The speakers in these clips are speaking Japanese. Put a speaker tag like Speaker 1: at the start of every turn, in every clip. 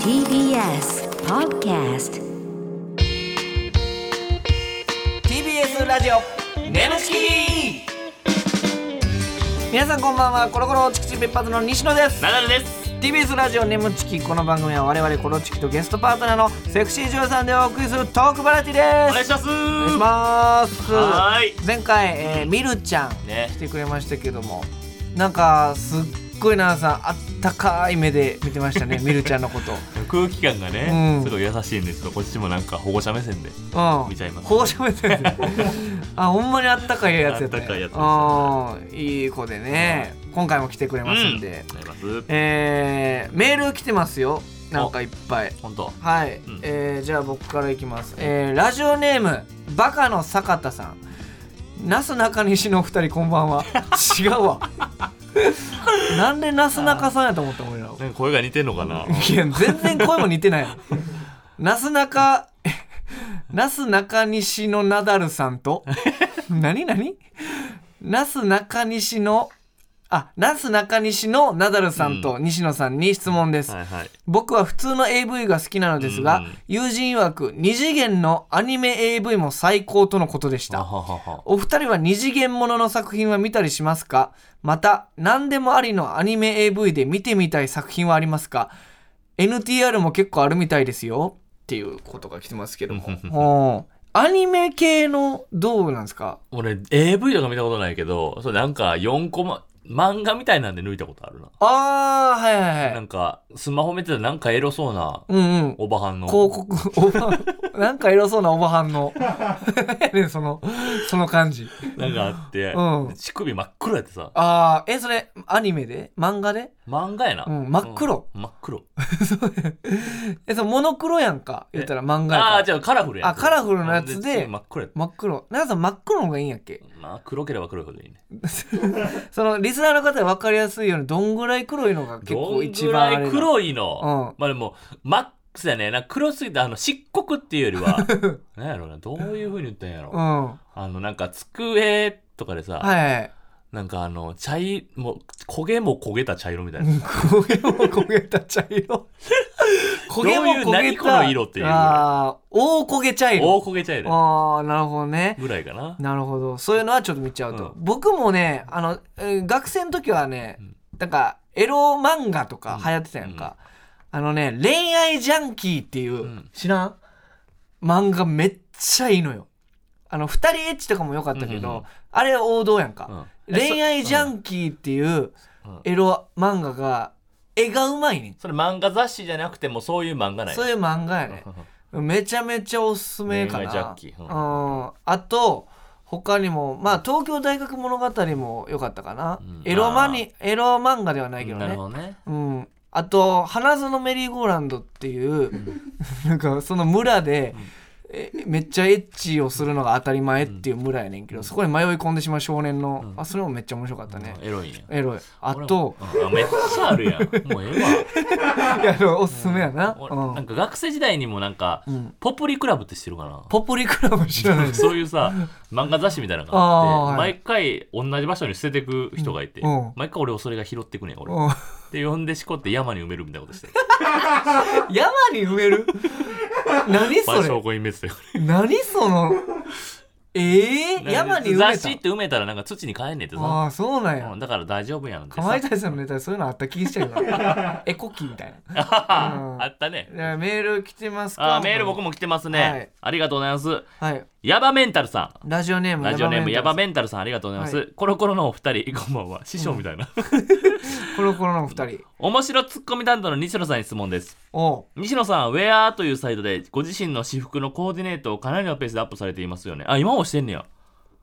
Speaker 1: TBS Podcast
Speaker 2: TBS ラジオネムチキ皆さんこんばんはコロコロチキチキ別発の西野です
Speaker 3: ナダルです。
Speaker 2: TBS ラジオネムチキこの番組は我々コロチキとゲストパートナーのセクシー女優さんでお送りするトークバラエティ
Speaker 3: お願
Speaker 2: で
Speaker 3: い
Speaker 2: す
Speaker 3: します。
Speaker 2: お願いします
Speaker 3: はー
Speaker 2: 前回、えー、みるちゃん、
Speaker 3: ね
Speaker 2: 来てくれましたけどもなんかすっごい奈々さんあったかい目で見てま したねみるちゃんのこと
Speaker 3: 空気感が
Speaker 2: う
Speaker 3: ね
Speaker 2: ん、
Speaker 3: すごい優しいんですけど、こっちもなんか保護者目線で。
Speaker 2: うん、
Speaker 3: 見ちゃいます
Speaker 2: 放射目線であほんまにあったかいやつやった,、
Speaker 3: あったかいやつで
Speaker 2: うんいい子でね、今回も来てくれますんで、
Speaker 3: お願いします。
Speaker 2: えーメール来てますよなんかいっぱい
Speaker 3: 本当。
Speaker 2: はい、
Speaker 3: うん
Speaker 2: えーじゃあ僕からいきます、えーラジオネームバカの坂田さんなすなかにしのお二人こんばんは違う わなんでなすなかさんやと思った俺ら
Speaker 3: なんか声が似てんのかな。
Speaker 2: いや、全然声も似てない。なすなか、なすなかにしのナダルさんと、なになになすなかにしの、あ、なすなかにしのナダルさんと西野さんに質問です。
Speaker 3: はいはい。
Speaker 2: 僕は普通の AV が好きなのですが、
Speaker 3: うん
Speaker 2: 友人曰く二次元のアニメ AV も最高とのことでした。
Speaker 3: あははは。
Speaker 2: お二人は二次元ものの作品は見たりしますかまた、何でもありのアニメ AV で見てみたい作品はありますか ?NTR も結構あるみたいですよ。っていうことが来てますけど
Speaker 3: うんうん
Speaker 2: も。うんアニメ系のどうなんですか
Speaker 3: 俺 AV とか見たことないけど、そうなんか四コマ漫画みたいなんで抜いたことあるな。
Speaker 2: ああ、はいはいは。
Speaker 3: ないんかスマホ見てたらなんかエロそうな
Speaker 2: うんうん。
Speaker 3: おばはんの。
Speaker 2: 広告、おば、なん かエロそうなおばはんの。 ね、その、その感じ。
Speaker 3: なんかあって
Speaker 2: うん、
Speaker 3: 乳首真っ黒やってさ。
Speaker 2: ああ、え、それ、アニメで漫画で
Speaker 3: 漫画やな。
Speaker 2: うん真っ黒
Speaker 3: うん。真っ黒。
Speaker 2: え、そのモノクロやんか。言ったら漫画やから。
Speaker 3: ああー、じゃあカラフルやん
Speaker 2: あカラフルなやつで
Speaker 3: 乳首真っ黒やった
Speaker 2: 真っ黒奈々さん真っ黒の方がいいんやっけ
Speaker 3: まあ黒ければ黒いほどいいね。
Speaker 2: そのリスナーの方が分かりやすいようにどんぐらい黒いのが結構一番あ
Speaker 3: どん
Speaker 2: れ
Speaker 3: ぐらい
Speaker 2: だ
Speaker 3: 黒いの、
Speaker 2: う
Speaker 3: まあでもマックスやねなんか黒すぎてあの漆黒っていうより はなんやろうなどういうふうに言ったんやろ、
Speaker 2: うんは
Speaker 3: あのなんか机とかでさ、
Speaker 2: いはい
Speaker 3: なんかあの茶いもう焦げも焦げた茶色みたいな、
Speaker 2: 焦げも焦げた茶色焦げも
Speaker 3: どう
Speaker 2: 焦
Speaker 3: い
Speaker 2: げ
Speaker 3: う何この
Speaker 2: た
Speaker 3: 色っていうぐらい
Speaker 2: ああ大焦げ茶色
Speaker 3: 大焦げ茶色
Speaker 2: ああなるほどね
Speaker 3: ぐらいかな
Speaker 2: なるほどそういうのはちょっと見ちゃうと、
Speaker 3: うん
Speaker 2: 僕もねあの、えー学生の時はね、
Speaker 3: うん
Speaker 2: なんかエロ漫画とか流行ってたやんか、あのね「恋愛ジャンキー」っていう、
Speaker 3: ん
Speaker 2: 知らん漫画めっちゃいいのよあの二人エッチとかも良かったけど、
Speaker 3: うんうんうん
Speaker 2: あれ王道やんか、
Speaker 3: うん
Speaker 2: 恋愛ジャンキーっていう
Speaker 3: うん
Speaker 2: エロ漫画が絵がうまいねん
Speaker 3: それ漫画雑誌じゃなくてもそういう漫画ない
Speaker 2: そういう漫画やねめちゃめちゃおすすめか
Speaker 3: 恋
Speaker 2: な。
Speaker 3: 愛ジャッキーう
Speaker 2: うん、あと他にもまあ東京大学物語も良かったかな。
Speaker 3: うん
Speaker 2: エロマニエロ漫画ではないけど
Speaker 3: なる
Speaker 2: ね。
Speaker 3: ほどね
Speaker 2: うん。あと「花園メリーゴーランド」っていう、 なんかその村で、えめっちゃエッチをするのが当たり前っていう村やねんけど、そこに迷い込んでしまう少年の、あそれもめっちゃ面白かったね。
Speaker 3: エロいんや
Speaker 2: エロい。あと、
Speaker 3: 俺もうんあめっちゃあるやんもうええわ
Speaker 2: いやあのおすすめやな。
Speaker 3: 俺
Speaker 2: う
Speaker 3: なん
Speaker 2: ん。
Speaker 3: か学生時代にもなんか、
Speaker 2: ん
Speaker 3: ポプリクラブって知ってるかな
Speaker 2: ポプリクラブ知らないです。
Speaker 3: そういうさ漫画雑誌みたいなのがあ
Speaker 2: あ
Speaker 3: っ
Speaker 2: ー
Speaker 3: て毎回同じ場所に捨ててく人がいて、
Speaker 2: うんうん
Speaker 3: 毎回俺をそれが拾ってくねん俺、
Speaker 2: うん
Speaker 3: で呼んでしこって山に埋めるみたいなことしてる
Speaker 2: 山に埋め る何 そ
Speaker 3: まあ証
Speaker 2: れ
Speaker 3: 拠隠滅だよ
Speaker 2: 何そのええー、 山に埋
Speaker 3: 雑誌
Speaker 2: め
Speaker 3: ったて埋めたらなんか土に帰んねんってさ、
Speaker 2: ああそうなんや、
Speaker 3: うんだから大丈夫やんって
Speaker 2: か
Speaker 3: さ
Speaker 2: まいたちさんのネタでそういうのあった気してる なエコキみたいなうん
Speaker 3: あったね
Speaker 2: じゃあメール来てますか
Speaker 3: あーメール僕
Speaker 2: も
Speaker 3: も来てますね、
Speaker 2: はい
Speaker 3: ありがとうございます
Speaker 2: はい
Speaker 3: ヤバメンタルさん
Speaker 2: ラジオネーム
Speaker 3: ラジオネームヤバ
Speaker 2: め
Speaker 3: メンタルさんありがとうございます、
Speaker 2: は
Speaker 3: コロコロのお二人こんばんは師匠みたいな、
Speaker 2: コロコロのお二人
Speaker 3: 面白ツッコミ担当の西野さんに質問です
Speaker 2: おう
Speaker 3: 西野さんウェアというサイトでご自身の私服のコーディネートをかなりのペースでアップされていますよねあ今もしてんねや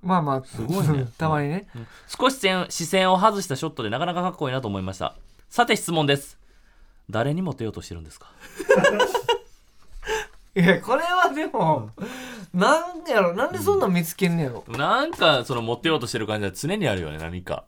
Speaker 2: まあまあす
Speaker 3: ごいね
Speaker 2: たまにね、
Speaker 3: 少し視線視線を外したショットでなかなかかっこいいなと思いましたさて質問です誰にモテようとしてるんですか
Speaker 2: いやこれはでもなんやろなんでそんなん見つけんねやろ、
Speaker 3: なんかそのモテようとしてる感じは常にあるよね何か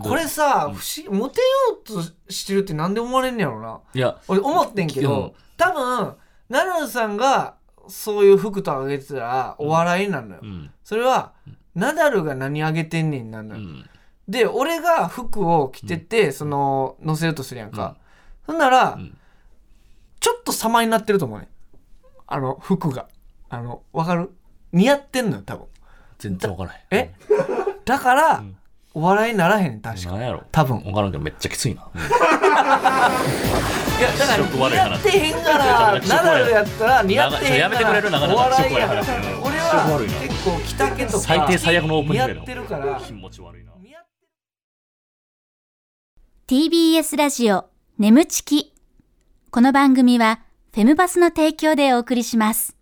Speaker 2: これさ、不思議モテようとしてるってなんで思われんねやろない
Speaker 3: や
Speaker 2: 俺思ってんけど多分奈良さんがそういう服とあげてたらお笑いになるのよ、
Speaker 3: うん
Speaker 2: それは、ナダルが何あげてんねんなる
Speaker 3: う
Speaker 2: のよ、
Speaker 3: ん
Speaker 2: で俺が服を着てて、その載せようとするやんか、ほんなら、
Speaker 3: ん
Speaker 2: ちょっと様になってると思うねあの服があのわかる似合ってんのよ多分
Speaker 3: 全然わからへん
Speaker 2: えだから、お笑いにならへん確か
Speaker 3: 何やろ
Speaker 2: 多分
Speaker 3: 分からんけどめっちゃきついな、
Speaker 2: いやだから
Speaker 3: 気色悪い話
Speaker 2: 似合ってへんからナダルやったら似合ってへんから
Speaker 3: やめてくれる長
Speaker 2: お
Speaker 3: 々
Speaker 2: 笑いや
Speaker 3: 気色悪い話
Speaker 2: 俺
Speaker 3: 気色悪い
Speaker 2: は
Speaker 3: な
Speaker 2: 結構北家とか
Speaker 3: 最低最悪のオープニングや
Speaker 2: 似合
Speaker 3: な
Speaker 2: ってるから
Speaker 3: 気持ち悪いな
Speaker 4: TBS ラジオ眠ちきこの番組はフェムバスの提供でお送りします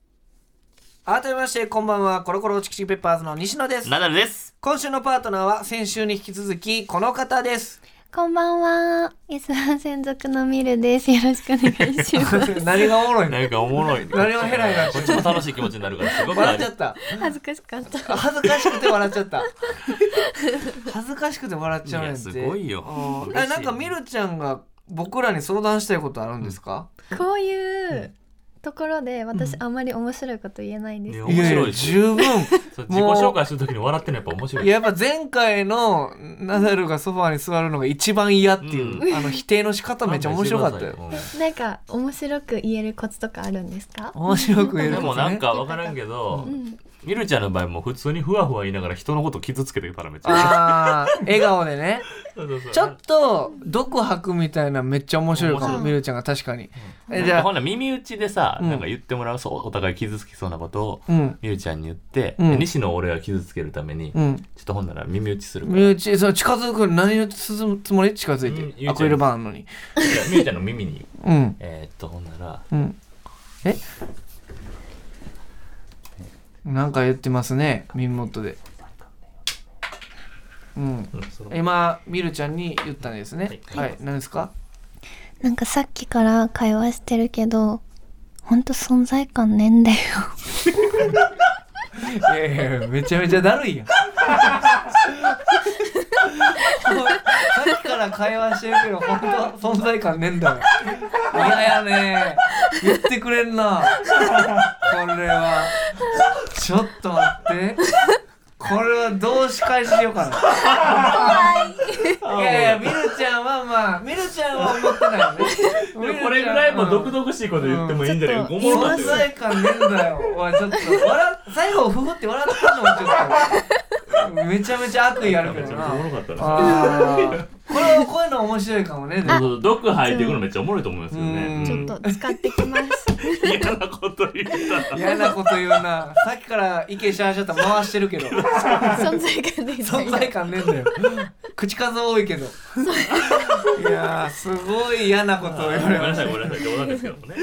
Speaker 2: 改めましてこんばんはコロコロチキチキペッパーズの西野です
Speaker 3: ナダルです
Speaker 2: 今週のパートナーは先週に引き続きこの方です
Speaker 5: こんばんは。S1 専属のミルです。よろしくお願いしま す。
Speaker 2: 何がおもろいの
Speaker 3: なんかおもろい
Speaker 2: 何もヘラヘラ
Speaker 3: こっちも楽しい気持ちになるからすごくあ
Speaker 2: 笑っ
Speaker 3: り
Speaker 2: ちゃった
Speaker 5: 恥ずかしかった。
Speaker 2: あ恥ずかしくて笑っちゃった恥ずかしくて笑っちゃうねんて
Speaker 3: いやすごいよ
Speaker 2: うん
Speaker 3: 嬉しい
Speaker 2: えなんかみるちゃんが僕らに相談したいことあるんですか、
Speaker 5: こういうところで私あんまり面白いこと言えないんです。
Speaker 3: いや
Speaker 5: よ
Speaker 3: 面白いし
Speaker 2: 十分
Speaker 3: そう自己紹介するときに笑ってるのやっぱ面白い
Speaker 2: いややっぱ前回のナダルがソファーに座るのが一番嫌っていう、あの否定の仕方めっちゃ面白かったよ
Speaker 3: うん
Speaker 5: なんか面白く言えるコツとかあるんですか？
Speaker 2: 面白く言える
Speaker 3: で
Speaker 2: こ
Speaker 3: も
Speaker 2: と
Speaker 3: なん
Speaker 2: ね
Speaker 3: か分からんけど、
Speaker 5: うん。
Speaker 3: みるちゃんの場合も普通にふわふわ言いながら人のこと傷つけてるからめっちゃ
Speaker 2: あー笑顔でね
Speaker 3: そうそうそう
Speaker 2: ちょっと毒吐くみたいなめっちゃ面白いか
Speaker 3: 面
Speaker 2: も
Speaker 3: 白い
Speaker 2: みるちゃんが確かに、えじ
Speaker 3: じゃ
Speaker 2: ゃ
Speaker 3: あ
Speaker 2: あ
Speaker 3: ほんなら耳打ちでさ、
Speaker 2: うん
Speaker 3: なんか言ってもらうそうお互い傷つきそうなことを、
Speaker 2: うん
Speaker 3: みるちゃんに言って、
Speaker 2: うん
Speaker 3: で西野を俺が傷つけるために、
Speaker 2: う
Speaker 3: ちょ
Speaker 2: ん
Speaker 3: っとほんなら耳打ちするから
Speaker 2: 身内その近づく何を進むつもり近づ
Speaker 3: う
Speaker 2: い
Speaker 3: ん言うちゃ
Speaker 2: て
Speaker 3: う
Speaker 2: アクリル板あんのに
Speaker 3: じゃあみるちゃんの耳に
Speaker 2: うん
Speaker 3: えーっとほんなら
Speaker 2: うんえなんか言ってますね耳元でうん
Speaker 3: うんその
Speaker 2: 今みるちゃんに言ったんですねはい、何ですか
Speaker 5: なんかさっきから会話してるけど、ほんと存在感ねんだよ。
Speaker 2: いやいやいやめちゃめちゃだるいやんさっきから会話してるけど本当存在感ねえんだよ嫌やね言ってくれんなこれはちょっと待ってこれはどう仕返ししようかないやいやみるちゃんはまあみるちゃんは思ってないよねみるちゃん
Speaker 3: これぐらいもう毒々しいこと言ってもいいんじゃない
Speaker 5: うんちょ
Speaker 3: お
Speaker 5: っ
Speaker 3: もろかった
Speaker 2: 存
Speaker 3: よ
Speaker 2: 在感ねえんだよおいちょっと笑っ最後ふふって笑ったのもちょっとめちゃめちゃ悪意あるけ
Speaker 3: めち
Speaker 2: ど
Speaker 3: ゃめちゃおもろ
Speaker 2: な
Speaker 3: かったな
Speaker 2: あーこれはこういうの面白いかもねで
Speaker 3: そう
Speaker 2: も
Speaker 3: そう毒吐いていくのめっちゃおもろいと思いますよ
Speaker 2: う
Speaker 3: ね
Speaker 2: ん
Speaker 5: ちょっと使ってき ます。
Speaker 3: うん嫌なこと言ったら
Speaker 2: 嫌なこと言うなさっきから意見しゃーしゃった回してるけ ど
Speaker 5: 存在感ねんだ
Speaker 2: 存
Speaker 5: よ。
Speaker 2: 在感ねえんだよ口数多いけどいやーすごい嫌なことを言わ
Speaker 3: ごめ
Speaker 2: れ
Speaker 3: んな
Speaker 2: まし
Speaker 3: さ
Speaker 2: た
Speaker 3: いごめんなさい冗談ですけどもね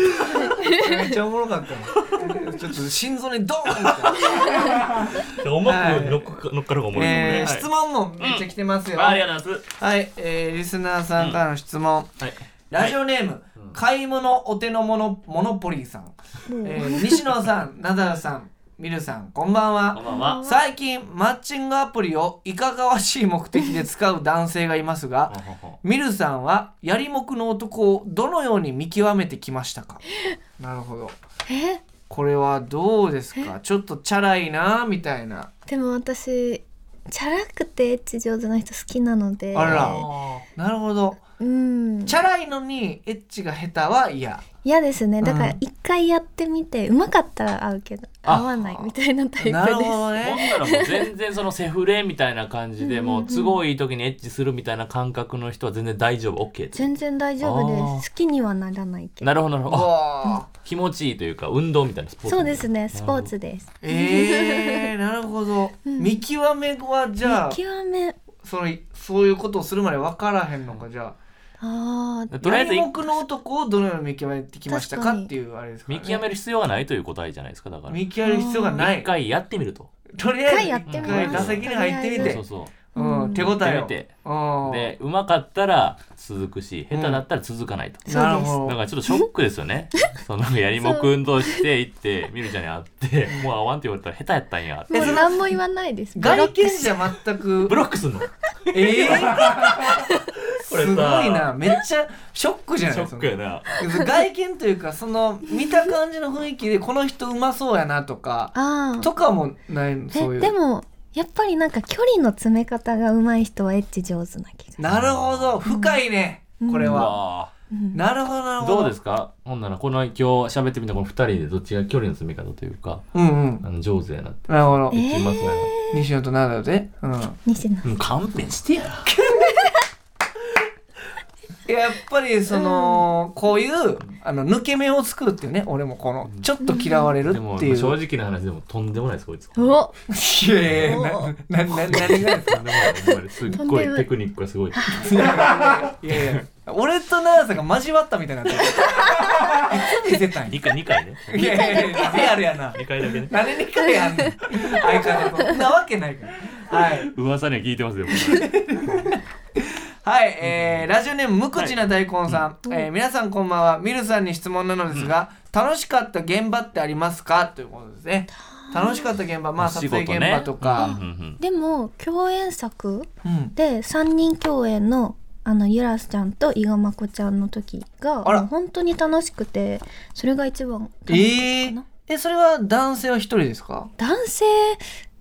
Speaker 2: めっちゃおもろかったなちょっと心臓にドーン って
Speaker 3: 重く乗っか乗っかる方がおもろいと思うね、
Speaker 2: えー
Speaker 3: はい
Speaker 2: 質問もめっちゃ来てますよ、
Speaker 3: あありがとうございます
Speaker 2: はい、えーリスナーさんからの質問、
Speaker 3: はい
Speaker 2: ラジオネーム、買い物お手の物モノポリーさん、えー西野さ んナダルさんミルさんこんばん
Speaker 3: こん
Speaker 2: は
Speaker 3: ばんは
Speaker 2: 最近マッチングアプリをいかがわしい目的で使う男性がいますがミルさんはやりもくの男をどのように見極めてきましたか なるほど
Speaker 5: え、
Speaker 2: これはどうですかちょっとチャラいなみたいな
Speaker 5: でも私チャラくてエッチ上手な人好きなので。
Speaker 2: あらなるほど
Speaker 5: うん。
Speaker 2: チャラいのにエッチが下手は嫌
Speaker 5: 嫌ですねだか
Speaker 2: う
Speaker 5: ら
Speaker 2: ん
Speaker 5: 一回やってみてうまかったら合うけど
Speaker 3: あ
Speaker 5: 合わないみたいなタイプです
Speaker 2: なるほど
Speaker 3: ほん
Speaker 2: ね
Speaker 3: ならもう全然そのセフレみたいな感じでもう都合いい時にエッチするみたいな感覚の人は全然大丈夫 OK って
Speaker 5: 全然大丈夫です好きにはならないけど
Speaker 3: なるほどなるほ
Speaker 2: う
Speaker 3: どあ
Speaker 2: わー
Speaker 3: 気持ちいいというか運動みたいなスポーツ
Speaker 5: そうですねスポーツです
Speaker 2: えー、なるほど、見極めはじゃあ
Speaker 5: 見極め
Speaker 2: そのそういうことをするまで分からへんのかじゃ
Speaker 5: あー
Speaker 2: あ
Speaker 3: とりあえず
Speaker 2: 何目の男をどのように見極めてきました
Speaker 5: 確
Speaker 2: か
Speaker 5: かに
Speaker 2: っていうあれですか、ね、
Speaker 3: 見極める必要がないという答えじゃないですかだから
Speaker 2: 見極める必要がな
Speaker 3: 一
Speaker 2: い
Speaker 3: 回やってみると
Speaker 2: とりあえず
Speaker 5: 一回やって
Speaker 3: みます
Speaker 2: 一回打席に入ってみ
Speaker 3: そう
Speaker 2: て
Speaker 3: そうそう
Speaker 2: うん、手応え
Speaker 3: や
Speaker 2: を
Speaker 3: ってみて
Speaker 2: うん
Speaker 3: でうまかったら続くし下手だったら続かないと、
Speaker 5: す
Speaker 2: なるほど
Speaker 3: だからちょっとショックです よねそのやりもくんとして行ってみるちゃんに会ってもう会わんって言われたら下手やったんや
Speaker 5: もう何も言わないですブロ
Speaker 2: 外
Speaker 5: ック
Speaker 2: 見
Speaker 5: し
Speaker 2: じゃ全く
Speaker 3: ブロックすんの
Speaker 2: えー、
Speaker 3: これ
Speaker 2: す
Speaker 3: さ
Speaker 2: ごいなめっちゃショックじゃない
Speaker 3: ショ
Speaker 2: ですか
Speaker 3: ックやな
Speaker 2: 外見というかその見た感じの雰囲気でこの人うまそうやなとか
Speaker 5: あー
Speaker 2: とかもないのそうい
Speaker 5: え
Speaker 2: う
Speaker 5: でもやっぱりなんか距離の詰め方が上手い人はエッチ上手な気が
Speaker 2: なるほど深いね、これ
Speaker 3: う
Speaker 2: は
Speaker 3: わ
Speaker 2: なるほどなるほど
Speaker 3: どうですかほんならこの今日喋ってみたこの2人でどっちが距離の詰め方というか
Speaker 2: うんうん
Speaker 3: あの上手やなって
Speaker 2: なるほど
Speaker 5: え
Speaker 3: 言いますね、
Speaker 2: 西野とナダルでうん
Speaker 5: 西野
Speaker 3: もう勘弁してや
Speaker 2: やっぱりその、こういうあの抜け目を作るっていうね俺もこのちょっと嫌われる
Speaker 3: でも
Speaker 2: って
Speaker 3: 正
Speaker 2: いう、
Speaker 3: 直な話でもとんでもないですこいつとんでも
Speaker 5: お
Speaker 2: いやいやななな何がですか
Speaker 3: ないほんまにすっごいテクニックがすごい
Speaker 2: いやいや俺とナダルさんが交わったみたいになってるいつ見せたんや
Speaker 3: 2回二回ね
Speaker 2: いやいやいやリアルやな
Speaker 3: 2回だけね
Speaker 2: 何にかやんねん相方 とそんなわけないからはい
Speaker 3: 噂には聞いてますよ
Speaker 2: はい、えー、ラジオネーム無口な大根さん、えー皆さんこんばんはミルさんに質問なのですが、楽しかった現場ってありますかということですね楽しかった現場まあ
Speaker 3: お
Speaker 2: 撮
Speaker 3: 仕事
Speaker 2: 影
Speaker 3: ね
Speaker 2: 現場と
Speaker 3: うん
Speaker 2: か、
Speaker 3: うん
Speaker 5: でも共演作
Speaker 2: うん
Speaker 5: で3人共演のあのゆらすちゃんと伊賀まこちゃんの時が
Speaker 2: あら
Speaker 5: もう本当に楽しくてそれが一番
Speaker 2: え
Speaker 5: 楽しかったか
Speaker 2: ー
Speaker 5: な、
Speaker 2: えそれは男性は一人ですか
Speaker 5: 男性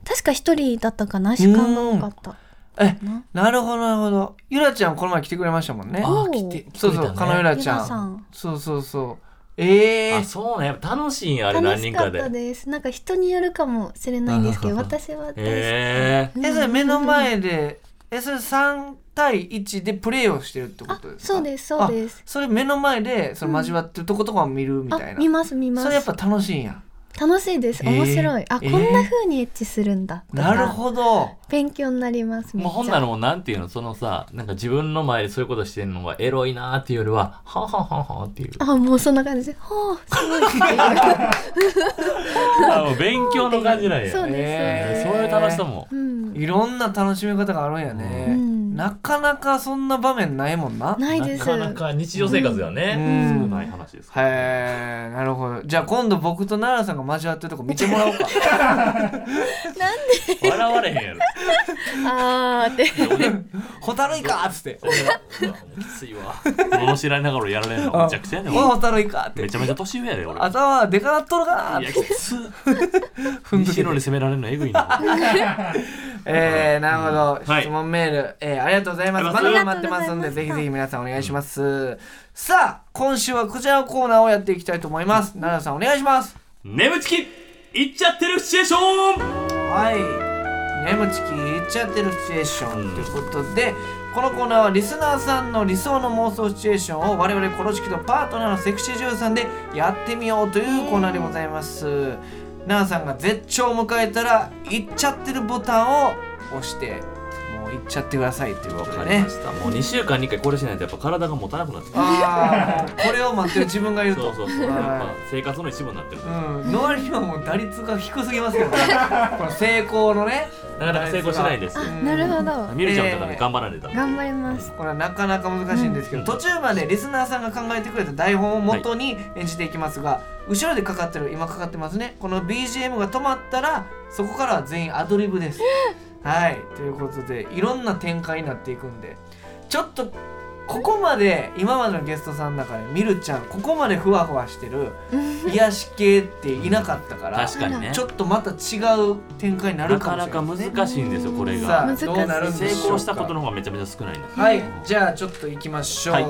Speaker 5: 確か一人だったかな時間が多かった
Speaker 2: え
Speaker 5: な
Speaker 2: なるほどなるほどゆらちゃんこの前来てくれましたもんね
Speaker 3: あー来て
Speaker 2: そうそう、
Speaker 3: 来て
Speaker 2: か
Speaker 3: た
Speaker 2: のゆ
Speaker 3: ね
Speaker 2: らち
Speaker 5: ゆ
Speaker 2: ゃ
Speaker 5: らさ
Speaker 2: ん
Speaker 5: ん
Speaker 2: そうそうそうえ
Speaker 3: あ
Speaker 2: ー、
Speaker 3: そうねやっぱ楽しいんやあれ
Speaker 5: 楽
Speaker 3: 何
Speaker 5: し
Speaker 3: 人
Speaker 5: か
Speaker 3: か
Speaker 5: っ
Speaker 3: で
Speaker 5: たですなんか人によるかもしれないんですけど私は大好き
Speaker 3: へえ
Speaker 2: えそれ目の前でえそれ3対1でプレーをしてるってことですか
Speaker 5: そうですそうです
Speaker 2: あそれ目の前でその交わってるとことかを見るみた
Speaker 5: あ
Speaker 2: いな、
Speaker 5: 見ます見ます
Speaker 2: それやっぱ楽しいんや
Speaker 5: 楽しいです面白い、
Speaker 2: えー
Speaker 5: あこんな風にエッチするんだとか
Speaker 2: なるほど
Speaker 5: 勉強になりますめっち
Speaker 3: も
Speaker 5: ゃ
Speaker 3: うほんならもうなんていうのそのさなんか自分の前でそういうことしてんのがエロいなーっていうよりははんはんはんはんっていう
Speaker 5: あもうそんな感じでほうすご いっていう
Speaker 3: あもう勉強の感じなんや
Speaker 5: そうです、
Speaker 2: え
Speaker 3: えーそういう楽しさも
Speaker 5: うん、
Speaker 2: いろんな楽しみ方があるんやね、
Speaker 5: うん
Speaker 2: なかなかそんな場面ないもんな
Speaker 5: ないです
Speaker 3: なかなか日常生活ではね、
Speaker 2: うん
Speaker 3: 少ない話ですから
Speaker 2: へえなるほどじゃあ今度僕と奈良さんが交わってるとこ見てもら おうか
Speaker 3: 笑われへん やろ
Speaker 5: あーって
Speaker 2: 「ホタルイか!」っつって
Speaker 3: それはうわもうきつい わ罵られながら俺やられるのめちゃくちゃや
Speaker 2: ね
Speaker 3: ね
Speaker 2: おいホ
Speaker 3: 俺
Speaker 2: タルイか!」って
Speaker 3: めちゃめちゃ年上やで俺
Speaker 2: 頭はでかなっとるかなっ
Speaker 3: い
Speaker 2: て
Speaker 3: やきつ
Speaker 2: ふんど
Speaker 3: 西
Speaker 2: け
Speaker 3: 野
Speaker 2: て
Speaker 3: に責められるのえぐいな
Speaker 2: えー、なるほど、
Speaker 3: はい
Speaker 2: 質問メール、えーありがとうございます
Speaker 3: あり
Speaker 2: まだ
Speaker 3: がと
Speaker 2: まだ
Speaker 3: うご
Speaker 5: ざいます
Speaker 2: 待ってますんでぜひぜひ皆さんお願いします、さあ今週はこちらのコーナーをやっていきたいと思います奈良さんお願いします
Speaker 3: 眠ちき行っちゃってるシチュエーション
Speaker 2: はい眠ちき言っちゃってるシチュエーション、
Speaker 3: うん
Speaker 2: ということでこのコーナーはリスナーさんの理想の妄想シチュエーションを我々コロチキとパートナーのセクシー女優さんでやってみようというコーナーでございます奈良さんが絶頂を迎えたら言っちゃってるボタンを押してもう言っちゃってくださいということでね
Speaker 3: したもう2週間に1回これしないとやっぱ体が持たなくなってきた
Speaker 2: ああこれを待ってる自分がいると
Speaker 3: そうそうそうやっぱ生活の一部になってる
Speaker 2: うんノアにはもう打率が低すぎますけどねこの成功のね
Speaker 3: なかなか成功しないですよ
Speaker 5: あなるほど
Speaker 3: みるちゃんもだから
Speaker 2: え
Speaker 3: ね
Speaker 2: ー
Speaker 3: 頑張られた
Speaker 5: 頑張ります
Speaker 2: これはなかなか難しいんですけど、
Speaker 3: うん
Speaker 2: 途中までリスナーさんが考えてくれた台本を元に演じていきますが、後ろでかかってる今かかってますねこの BGM が止まったらそこからは全員アドリブですはいということでいろんな展開になっていくんでちょっとここまで今までのゲストさんの中でみるちゃんここまでふわふわしてる癒し系っていなかったから、
Speaker 3: 確かにね
Speaker 2: ちょっとまた違う展開になる
Speaker 3: な
Speaker 2: か
Speaker 3: か
Speaker 2: もし
Speaker 3: な
Speaker 2: れな
Speaker 3: か
Speaker 2: い、
Speaker 3: 難しいんですよこれ
Speaker 2: さ
Speaker 3: が
Speaker 2: あ
Speaker 5: 難しい
Speaker 2: どうなるんで
Speaker 3: 成
Speaker 2: しょうか
Speaker 3: 功したことの方がめちゃめちゃ少ないんです
Speaker 2: はい、じゃあちょっと行きましょう。
Speaker 3: はい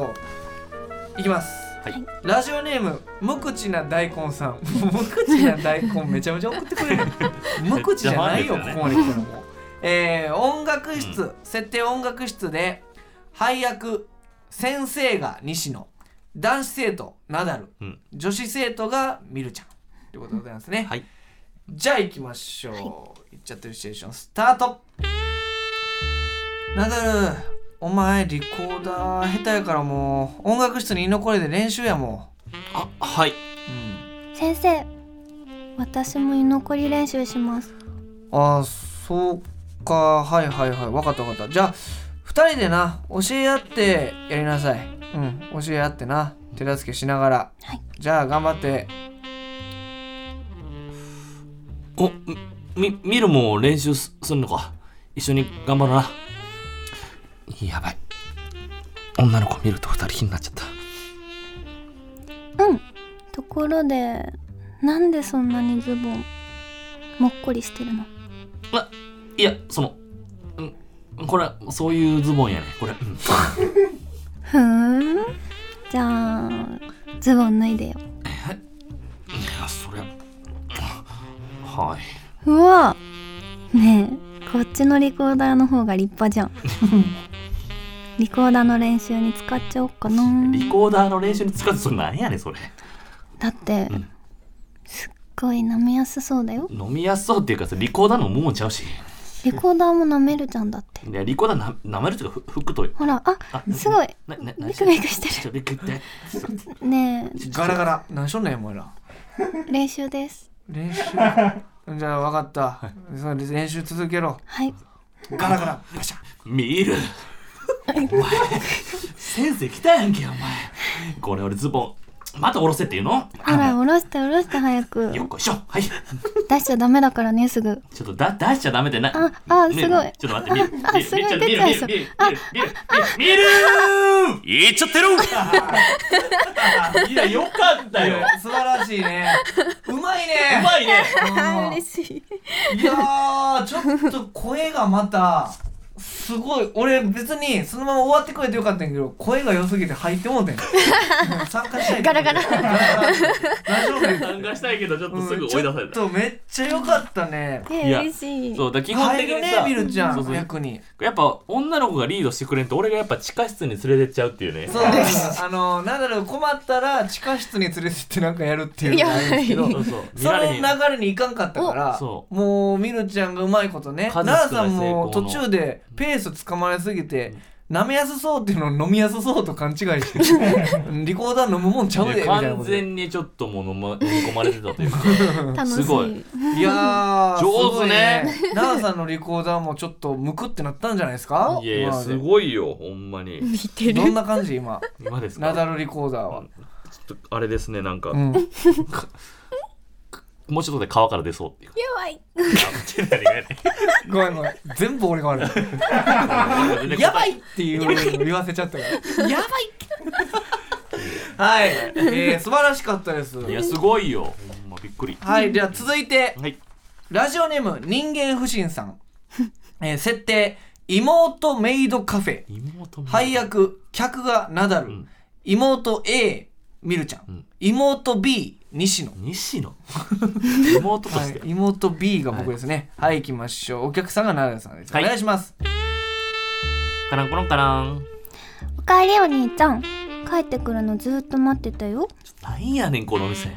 Speaker 2: い、きます。
Speaker 3: はい
Speaker 2: ラジオネーム無口な大根さん。 無口な大根めちゃめちゃ送ってく れる。無口じゃないよ
Speaker 3: 邪魔
Speaker 2: ここま
Speaker 3: ですよね
Speaker 2: で来たのも。えー、音楽室、設定音楽室で配役先生が西野、男子生徒ナダル、
Speaker 3: うん
Speaker 2: 女子生徒がミルちゃんということでございますね。
Speaker 3: はい
Speaker 2: じゃあ行きましょう。いっちゃってるシチュエーションスタート。ナダル、お前リコーダー下手やからもう音楽室に居残りで練習やも
Speaker 3: あはい
Speaker 5: 先生私も居残り練習します
Speaker 2: う。ああ、そうか。はいはいはい。わかったわかった。じゃあ、二人でな、教え合ってやりなさい。うん、教え合ってな。手助けしながら。
Speaker 5: はい
Speaker 2: じゃあ、頑張って。
Speaker 3: おみみるも練習すすんのか一緒に頑張ろうなやばい女の子見ると二人になっちゃった
Speaker 5: うんところでなんでそんなにズボンもっこりしてるの
Speaker 3: あいやそのうんこれそういうズボンやねこれ、うん
Speaker 5: ふーんじゃあズボン脱いでよ
Speaker 3: いやそれはいう
Speaker 5: わねえこっちのリコーダーの方が立派じゃん リコーダーの練習に使っちゃおうかな
Speaker 3: リコーダーの練習に使ってそれ何やねんそれ
Speaker 5: だって、
Speaker 3: ん
Speaker 5: すっごい舐めやすそうだよ
Speaker 3: 飲みやすそうっていうかそれリコーダーのもんちゃうし
Speaker 5: リコーダーも舐めるじゃんだって
Speaker 3: いやリコーダーな舐めるというかふ服という
Speaker 5: ほらあ
Speaker 3: あ
Speaker 5: すごい
Speaker 3: なな
Speaker 5: ビクビクしてる
Speaker 3: ちょビクって
Speaker 5: ね
Speaker 2: ガラガラ何しょんねんお前ら
Speaker 5: え練習です
Speaker 2: 練 習じゃあ分かった、それ練習続けろ
Speaker 5: はい
Speaker 2: ガラガラパシャ
Speaker 3: 見るお前先生来たやんけお前これ俺ズボンまた下ろせって言うの
Speaker 5: ほら下ろして下ろして早く
Speaker 3: よっこいしょはい
Speaker 5: 出しちゃダメだからねすぐ
Speaker 3: ちょっとだ出しちゃダメでな
Speaker 5: ああ
Speaker 3: 見
Speaker 5: す
Speaker 3: る
Speaker 5: ごい
Speaker 3: ちょっと待って見る
Speaker 5: あ
Speaker 3: 見る
Speaker 5: すごい
Speaker 3: 見る見る
Speaker 5: 出ちゃいそう
Speaker 3: 見る見る見る見る見る見る言っちゃってるいやよかったよ
Speaker 2: 素晴らしいねうまいうね
Speaker 3: まいね
Speaker 2: うん
Speaker 5: 嬉しい
Speaker 2: いやーちょっと声がまたすごい俺別にそのまま終わってくれてよかったんやけど声が良すぎて入ってもうてん参加したいガラガラ大丈夫
Speaker 3: 参加したいけどちょっと すぐ
Speaker 2: うん
Speaker 3: 追い出され
Speaker 2: ち
Speaker 3: た
Speaker 2: ょっとめっちゃ良かったね
Speaker 5: え
Speaker 3: いや
Speaker 5: 嬉しい
Speaker 3: そうだ基本
Speaker 2: 入
Speaker 3: 的
Speaker 2: る
Speaker 3: に
Speaker 2: ね
Speaker 3: さ
Speaker 2: ビルちゃ
Speaker 3: そうそ
Speaker 2: ん
Speaker 3: う
Speaker 2: 役に
Speaker 3: やっぱ女の子がリードしてくれんと俺がやっぱ地下室に連れてっちゃうっていうね
Speaker 2: そうあのなんだろう困ったら地下室に連れてってなんかやるっていうのがあるんですけど
Speaker 3: そうそう見
Speaker 2: そ
Speaker 3: ら
Speaker 2: の
Speaker 3: れへん
Speaker 2: 流れにいかんかったから
Speaker 3: そ
Speaker 2: もうみるちゃんがうまいことね
Speaker 3: 数少ない
Speaker 2: 奈良さんも
Speaker 3: 成
Speaker 2: 途
Speaker 3: 功の
Speaker 2: 中でペースつかまれすぎて舐めやすそうっていうのを飲みやすそうと勘違い してリコーダー飲むもんちゃうでみたいな
Speaker 3: 完
Speaker 2: ことで
Speaker 3: 全にちょっともう飲ま飲み込まれて たというか
Speaker 5: 楽しい
Speaker 3: すごい
Speaker 2: いやー
Speaker 3: 上手ね
Speaker 2: すごい奈良さんのリコーダーもちょっとむくってなったんじゃないですか
Speaker 3: いやいや
Speaker 2: 今まです
Speaker 3: ごいよほんまに
Speaker 2: どんな感じ今
Speaker 3: 今です
Speaker 2: ナダ
Speaker 3: か
Speaker 2: ルリコーダーは、
Speaker 3: ちょっとあれですねなんか、
Speaker 2: うん、
Speaker 3: もうちょっとで川から出そうっていう
Speaker 5: やばい
Speaker 2: ごめんごめん全部俺が悪いや
Speaker 3: や
Speaker 2: ばいっていうのを言わせちゃったから。やばいはい、えー、素晴らしかったです。
Speaker 3: いやすごいよほんまびっくり
Speaker 2: はい、じゃあ続いて、
Speaker 3: はい
Speaker 2: ラジオネーム人間不信さん。えー、設定、妹メイドカフェ。
Speaker 3: 妹も
Speaker 2: 配役、客がナダル。
Speaker 3: ん
Speaker 2: 妹 A、みるちゃん。
Speaker 3: うん
Speaker 2: 妹 B、西野。
Speaker 3: 西野妹と
Speaker 2: は
Speaker 3: して、
Speaker 2: い、妹 B が僕ですね。はい、行きましょう。お客さんがナダルさんです。
Speaker 3: はい
Speaker 2: お願いします。
Speaker 3: カランコロンカラン
Speaker 5: おかえりお兄ちゃん帰ってくるのずっと待ってたよ
Speaker 3: なんやねんこの店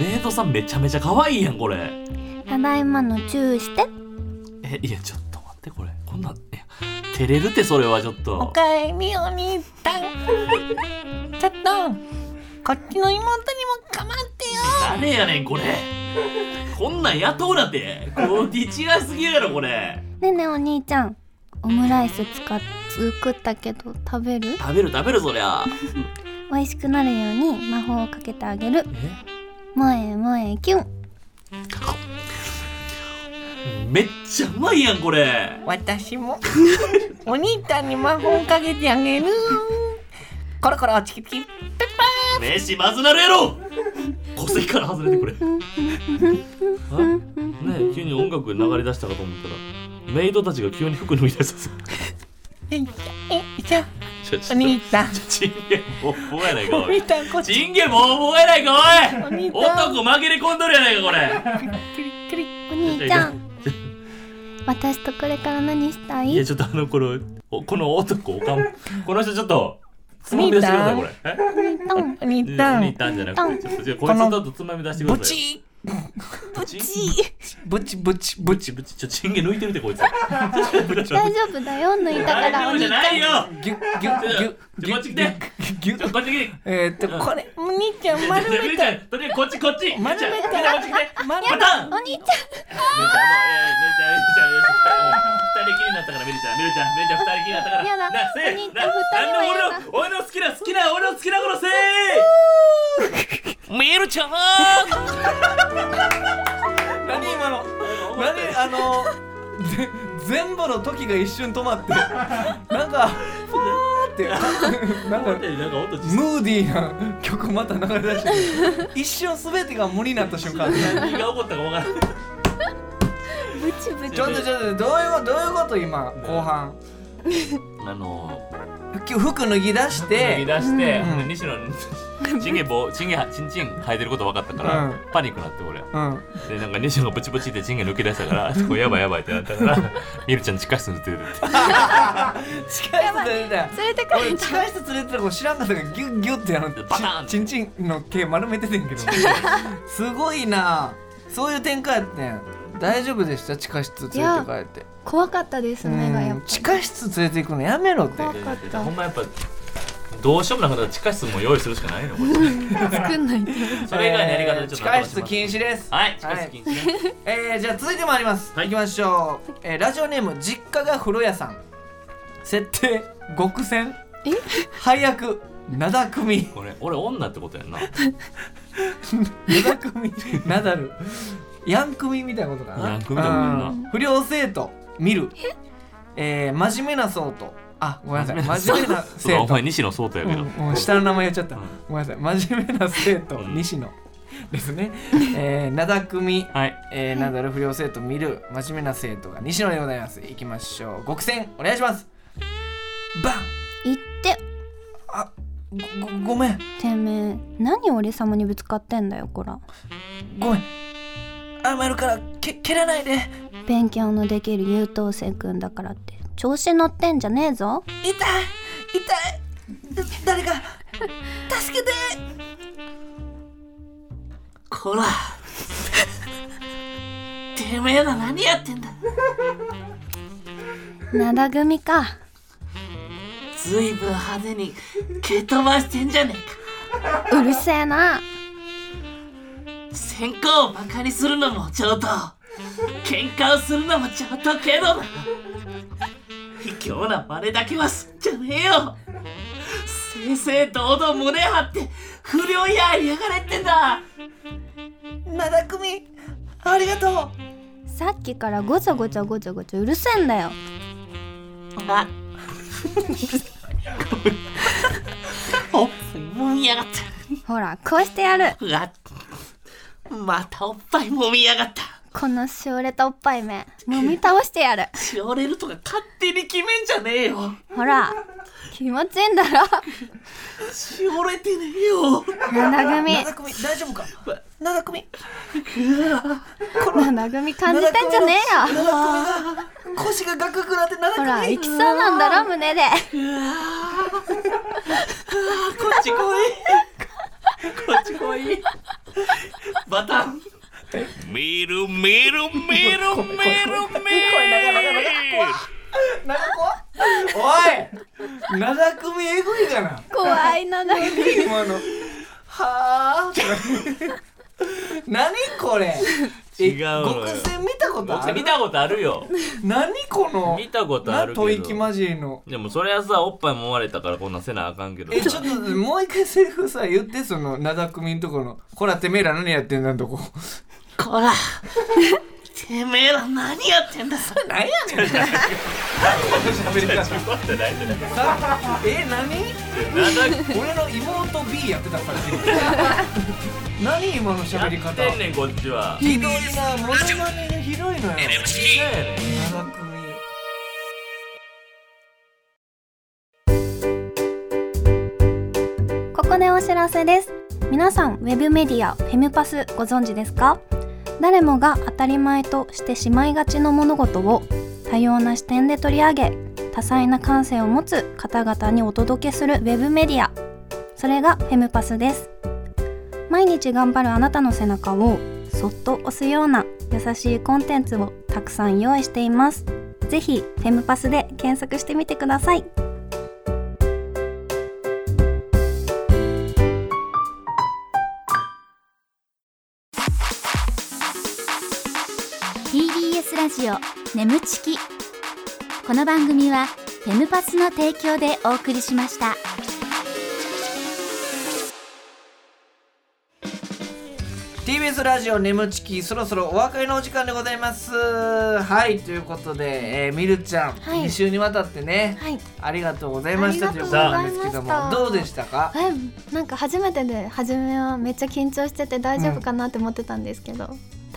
Speaker 3: メイドさんめちゃめちゃ可愛いやんこれ
Speaker 5: ただいまのチューして
Speaker 3: えいやちょっと待ってこれこんなんいや照れるってそれはちょっと
Speaker 1: かえりお兄さ んちょっとこっちの妹にもかまってよ
Speaker 3: 誰やねんこれこんなん雇うなってクオリティ違いすぎるやろこれ
Speaker 5: ねえねえお兄ちゃんオムライス使っ作ったけど食べる
Speaker 3: 食べる食べるそりゃ
Speaker 5: 美味しくなるように魔法をかけてあげる萌え萌えキュン
Speaker 3: めっちゃうまいやんこれ
Speaker 1: 私もお兄ちゃんに魔法かけてあげるコロコロチキチキ
Speaker 3: 飯まずなるやろ戸籍から外れてくれあね急に音楽流れ出したかと思ったらメイドたちが急に服脱ぎ出したぞ
Speaker 1: えじゃ
Speaker 3: ちょちょ
Speaker 1: あお
Speaker 3: ちょ
Speaker 1: 兄さん
Speaker 3: チンゲボーボーやないか
Speaker 1: お
Speaker 3: お
Speaker 1: 兄
Speaker 3: い
Speaker 1: ちゃんこっち
Speaker 3: チンゲボーボーやないかおい
Speaker 1: 兄さん
Speaker 3: 男紛れ込んどるやないかこれ
Speaker 1: クリクリ
Speaker 5: お兄ちゃん私とこれから何した
Speaker 3: いや
Speaker 5: い
Speaker 3: ちょっとあのこのおこの男おかんこの人ちょっとつまみ出してくださいこれえ
Speaker 1: お兄さ
Speaker 3: に
Speaker 1: ん
Speaker 3: 行ったんじゃなくてちょっとじゃあこいつちょっとつまみ出してく
Speaker 2: ブ
Speaker 3: ださい
Speaker 2: チ
Speaker 3: ブチ
Speaker 2: ブチブチブ
Speaker 3: ブ
Speaker 2: チ
Speaker 3: チブチちょチンゲ抜いてるってこいつ
Speaker 5: 大丈夫だよ抜いたか
Speaker 3: 大
Speaker 5: ら
Speaker 3: 丈夫
Speaker 5: お兄
Speaker 3: じ
Speaker 5: ち
Speaker 3: ゃ
Speaker 5: ゃん
Speaker 3: ないよ
Speaker 2: ギュッギュッギュッギュッ
Speaker 3: ちょこっち来
Speaker 2: ギ
Speaker 3: て
Speaker 2: ュッギュ
Speaker 3: ちょ
Speaker 2: ッ
Speaker 3: こっち来て
Speaker 2: えーっとこれお兄ちゃん丸
Speaker 3: じゃあみーちゃんとりあえずこっちこっち
Speaker 2: 丸め
Speaker 3: みー
Speaker 2: て
Speaker 3: ちゃんこっち来て
Speaker 2: 丸
Speaker 3: パタン
Speaker 5: お兄ち
Speaker 3: みーちゃんもうええみーちゃんみーちゃんみーちゃん二人きりになったからみーちゃんみーちゃんみーちゃん二人きりになったからな
Speaker 5: やだ
Speaker 3: せ
Speaker 5: お
Speaker 3: ななんで俺の俺の好
Speaker 5: 兄ちゃん二人はやだ
Speaker 3: きな好きな俺の好きなこのせいみるちゃん
Speaker 2: 何今の何あのぜ全部の時が一瞬止まってなんかふわーってなんか
Speaker 3: なんか音実際
Speaker 2: ムーディーな曲また流れ出してる一瞬全てが無になった瞬間
Speaker 3: 何が起こったかわからん
Speaker 5: ゃんブチブチ
Speaker 2: ちょっとちょっとどういうどういうこと今後半
Speaker 3: あの
Speaker 2: 服服脱ぎ出し
Speaker 3: 脱ぎ
Speaker 2: て
Speaker 3: 出して、
Speaker 2: うん
Speaker 3: で西野にチンゲボチンゲチンチン生えてること分かったから、
Speaker 2: うん
Speaker 3: パニックになって俺
Speaker 2: うん
Speaker 3: でなんか西野がブチブチってチンゲ抜け出したからこれやばいやばいってなったからミルちゃん地下室に連れてって
Speaker 2: 近い人連れてた
Speaker 5: 連れて
Speaker 2: 俺近い人連れてた子知らんかったからギュッギュッってやる
Speaker 3: バターン
Speaker 2: チンチンの毛丸めててん けどすごいなそういう展開やってん大丈夫でした地下室連れて帰って
Speaker 5: 怖かったです目がやっ
Speaker 2: うん地下室連れて行くのやめろって
Speaker 5: 怖かった
Speaker 3: ほんまやっぱどうしようもなくなったら地下室も用意するしかないのこれ
Speaker 5: ぱ作んないと
Speaker 3: それ以外のやり方でち
Speaker 2: えー
Speaker 3: ょっと
Speaker 2: 地下室禁止です
Speaker 3: はい地下室禁止ね
Speaker 2: えー、じゃあ続いてもあります、
Speaker 3: はい
Speaker 2: 行きましょう、えーラジオネーム実家が風呂屋さん設定極戦
Speaker 5: え
Speaker 2: 配役灘組
Speaker 3: これ俺女ってことやんな
Speaker 2: 灘組ナダルヤン組みたいなことかな
Speaker 3: ヤン組だもんな
Speaker 2: う不良生徒見るえー、真面目な層とあごめんなさい真面目な
Speaker 3: そうお
Speaker 2: 生徒
Speaker 3: 前西野颯太やけど、
Speaker 2: うんもう下の名前言っちゃった、
Speaker 3: うん
Speaker 2: ごめんなさい真面目な生徒
Speaker 3: うん
Speaker 2: 西野ですね、えー、灘組
Speaker 3: はい
Speaker 2: えー、ナダル不良生徒見る真面目な生徒が西野でございますいきましょう極戦お願いしますバン
Speaker 5: 言って
Speaker 2: ごごごめん
Speaker 5: てめえ何俺様にぶつかってんだよこら
Speaker 2: ごめん謝るからけ蹴らないで
Speaker 5: 勉強のできる優等生くんだからって調子乗ってんじゃね えぞ
Speaker 2: 痛い痛い誰か助けて
Speaker 1: こらてめえら何やってんだ
Speaker 5: 灘組か
Speaker 1: ずいぶん派手に蹴飛ばしてんじゃね
Speaker 5: うるせえな
Speaker 1: えか先行をバカにするのもちょっと喧嘩をするのもちょっとけどな卑怯な真似だけはすんじゃねえよ正々堂々胸張って不良やりやがれってんだ
Speaker 2: 灘組ありがと
Speaker 5: さっきからごちゃごちゃごちゃごちゃうるせえんだよ
Speaker 1: あおっぱいもみやがった
Speaker 5: ほらこうしてやる
Speaker 1: うわまたおっぱいもみやがった
Speaker 5: このしおれたおっぱいめもみ倒してやる
Speaker 1: しおれるとか勝手に決めんじゃねえよ
Speaker 5: ほら気持ちいいんだろ
Speaker 1: しおれてねえよ
Speaker 5: 灘
Speaker 2: う
Speaker 5: 組
Speaker 2: 灘組大丈夫か灘組
Speaker 5: 灘組感じてんじゃねえよ
Speaker 2: 腰がガクくなって
Speaker 5: ほ
Speaker 2: 灘
Speaker 5: ら
Speaker 2: 組
Speaker 5: 行きそうなんだろ胸で
Speaker 1: こっち来いこっち来い
Speaker 3: バタン見る見る見る見る見る
Speaker 2: 灘組おい灘組えぐいかな
Speaker 5: 怖い灘組
Speaker 2: 今のはあ何これえ
Speaker 3: 違うのよ
Speaker 2: 極戦見たことあ
Speaker 3: 僕
Speaker 2: る
Speaker 3: 見たことあるよ
Speaker 2: 何この
Speaker 3: 見たことあるけ
Speaker 2: なんと息
Speaker 3: ど
Speaker 2: 混じりの
Speaker 3: でもそれはさおっぱい揉まれたからこんなんせなあかんけど
Speaker 2: えちょっともう一回セリフさ言ってその灘組んとこの「こらてめえら何やってんだ」んとこ
Speaker 1: こら てめえら何やってんだ
Speaker 2: 何やねん喋り方
Speaker 3: ちょっと待って
Speaker 2: え何
Speaker 3: なんで
Speaker 2: 俺の妹 B やってたから 何今の喋り
Speaker 3: やっ
Speaker 2: 方
Speaker 3: てんねんこっちは
Speaker 2: ひどいなモノマネがひどいのよ灘組
Speaker 5: ここでお知らせです皆さんウェブメディアフェムパスご存知ですか誰もが当たり前としてしまいがちの物事を多様な視点で取り上げ多彩な感性を持つ方々にお届けするウェブメディアそれがフェムパスです毎日頑張るあなたの背中をそっと押すような優しいコンテンツをたくさん用意していますぜひフェムパスで検索してみてください
Speaker 4: TBS ラジオ眠ちきこの番組はフェムパスの提供でお送りしました
Speaker 2: うん TBS ラジオ眠ちきそろそろお別れのお時間でございますはいということで、えーみるちゃん、
Speaker 5: はい
Speaker 2: 2週にわたってね
Speaker 5: はい
Speaker 2: ありがとうございました
Speaker 5: あ
Speaker 2: と
Speaker 5: り
Speaker 2: いうこ
Speaker 5: が
Speaker 2: と
Speaker 5: う
Speaker 2: と
Speaker 3: ご
Speaker 2: なんです
Speaker 5: ざいました
Speaker 2: けどもどうでしたか
Speaker 5: えなんか初めてで初めはめっちゃ緊張してて大丈夫かなって思ってたんですけど、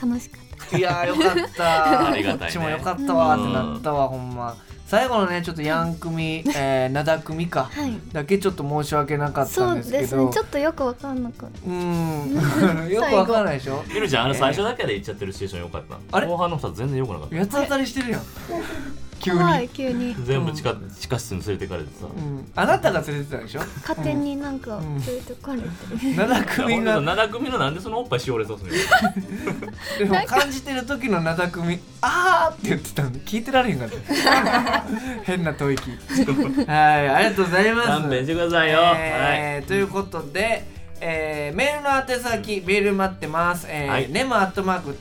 Speaker 5: 楽しかった
Speaker 2: いやーよかった
Speaker 3: ありがたいね
Speaker 2: こっちもよかったわーってなったわ、ほんま最後のねちょっとヤン組、えー、灘組か
Speaker 5: はい
Speaker 2: だけちょっと申し訳なかった
Speaker 5: そ
Speaker 2: ん
Speaker 5: う
Speaker 2: ですけど
Speaker 5: ですねちょっとよくわかんなく
Speaker 2: うーん よくわからないでしょ
Speaker 3: ひるちゃんあの最初だけで言っちゃってるシチュエーションよかった
Speaker 2: あれ
Speaker 3: 後半の2つ全然よくなかった
Speaker 2: 八つ当たりしてるやん急に、
Speaker 5: 怖い急に
Speaker 3: 全部地下地下室に連れてかれてさ
Speaker 2: うん、あなたが連れてたでしょ
Speaker 5: 勝手になんか
Speaker 2: うん
Speaker 5: 連れてかれて、
Speaker 2: 灘組が
Speaker 3: 7組のなんでそのおっぱいしお れそうっすね
Speaker 2: でも感じてる時の灘組「あー」って言ってたんで聞いてられへんかった 変な吐息はいありがとうございます
Speaker 3: 勘弁してくださいよ、はい
Speaker 2: えーということで、えーメールの宛先メール待ってます、えー
Speaker 3: はい
Speaker 2: ネムアットマーク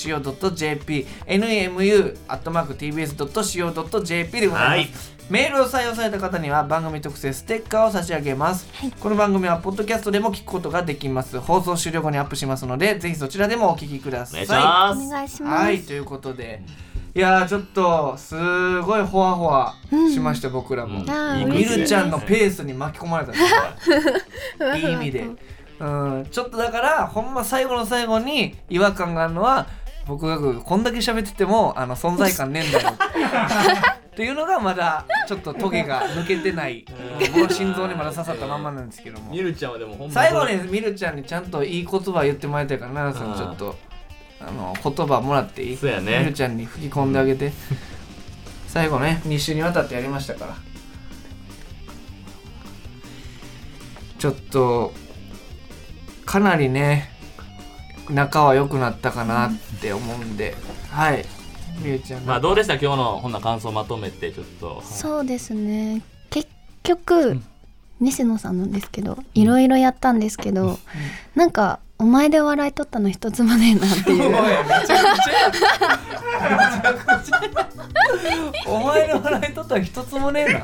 Speaker 2: TBS.CO.JP NEMU アットマーク TBS.CO.JP でございます、メールを採用された方には番組特製ステッカーを差し上げます、この番組はポッドキャストでも聞くことができます放送終了後にアップしますのでぜひそちらでもお聞きくだ
Speaker 3: お
Speaker 2: さ
Speaker 3: 願
Speaker 2: い
Speaker 3: いしま
Speaker 5: お
Speaker 3: す
Speaker 5: 願いします、
Speaker 2: はいということでいやーちょっとすごいほわほわしました、僕らも、
Speaker 3: うん
Speaker 5: あー
Speaker 3: いい
Speaker 2: み
Speaker 3: ですね
Speaker 2: るちゃんのペースに巻き込まれたねいい意味で、うん、ちょっとだからほんま最後の最後に違和感があるのは僕がこんだけ喋っててもあの存在感ねえん だよっていうのがまだちょっとトゲが抜けてない僕の心臓にまだ刺さったまんまなんですけども
Speaker 3: るちゃんはでもほん
Speaker 2: 最後にみるちゃんにちゃんといい言葉言ってもらいたいから奈々さんちょっとあの言葉もらっていい
Speaker 3: そうやね
Speaker 2: みるちゃんに吹き込んであげて最後ね2週にわたってやりましたからちょっとかなりね仲は良くなったかなって思うんではいみるちゃん
Speaker 3: まあ
Speaker 2: が
Speaker 3: どうでした今日のほんな感想まとめてちょっと
Speaker 5: そうですね結局、西野さんなんですけどいろいろやったんですけど、なんかお前で笑い取ったの一つもねえなって
Speaker 2: おい
Speaker 5: い
Speaker 2: め
Speaker 5: う
Speaker 2: ちゃくちゃやめちゃくちゃお前の笑いとったら一つもねえな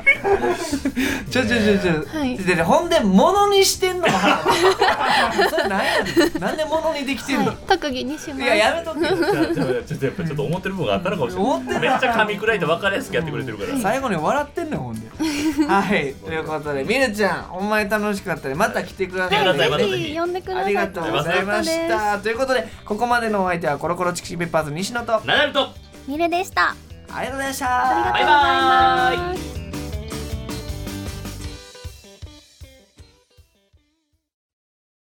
Speaker 2: ちょちょちょちょ、
Speaker 5: はい
Speaker 2: ででほんで物にしてんのかなそれ何やねんなんで物にできてんの、
Speaker 5: はい特技にしま
Speaker 2: い、
Speaker 5: す
Speaker 2: ややめとけよ
Speaker 3: ちょっとやっぱちょっと思ってる部分があったのかもしれない
Speaker 2: 思ってた
Speaker 3: めっちゃ噛み砕いて分かりやすくやってくれてるから、
Speaker 2: 最後に笑ってんのよほんではいということでみるちゃんほんまに楽しかったでまた来てください
Speaker 3: 来てくださいまた
Speaker 5: ぜひ呼んでください
Speaker 2: ありがとうございまし
Speaker 5: 楽かった
Speaker 2: ということでここまでのお相手はコロコロチキシペッパーズ西野とありがと
Speaker 3: ナダルと
Speaker 5: ですミレでした
Speaker 2: うございました
Speaker 3: バイバーイ
Speaker 5: イ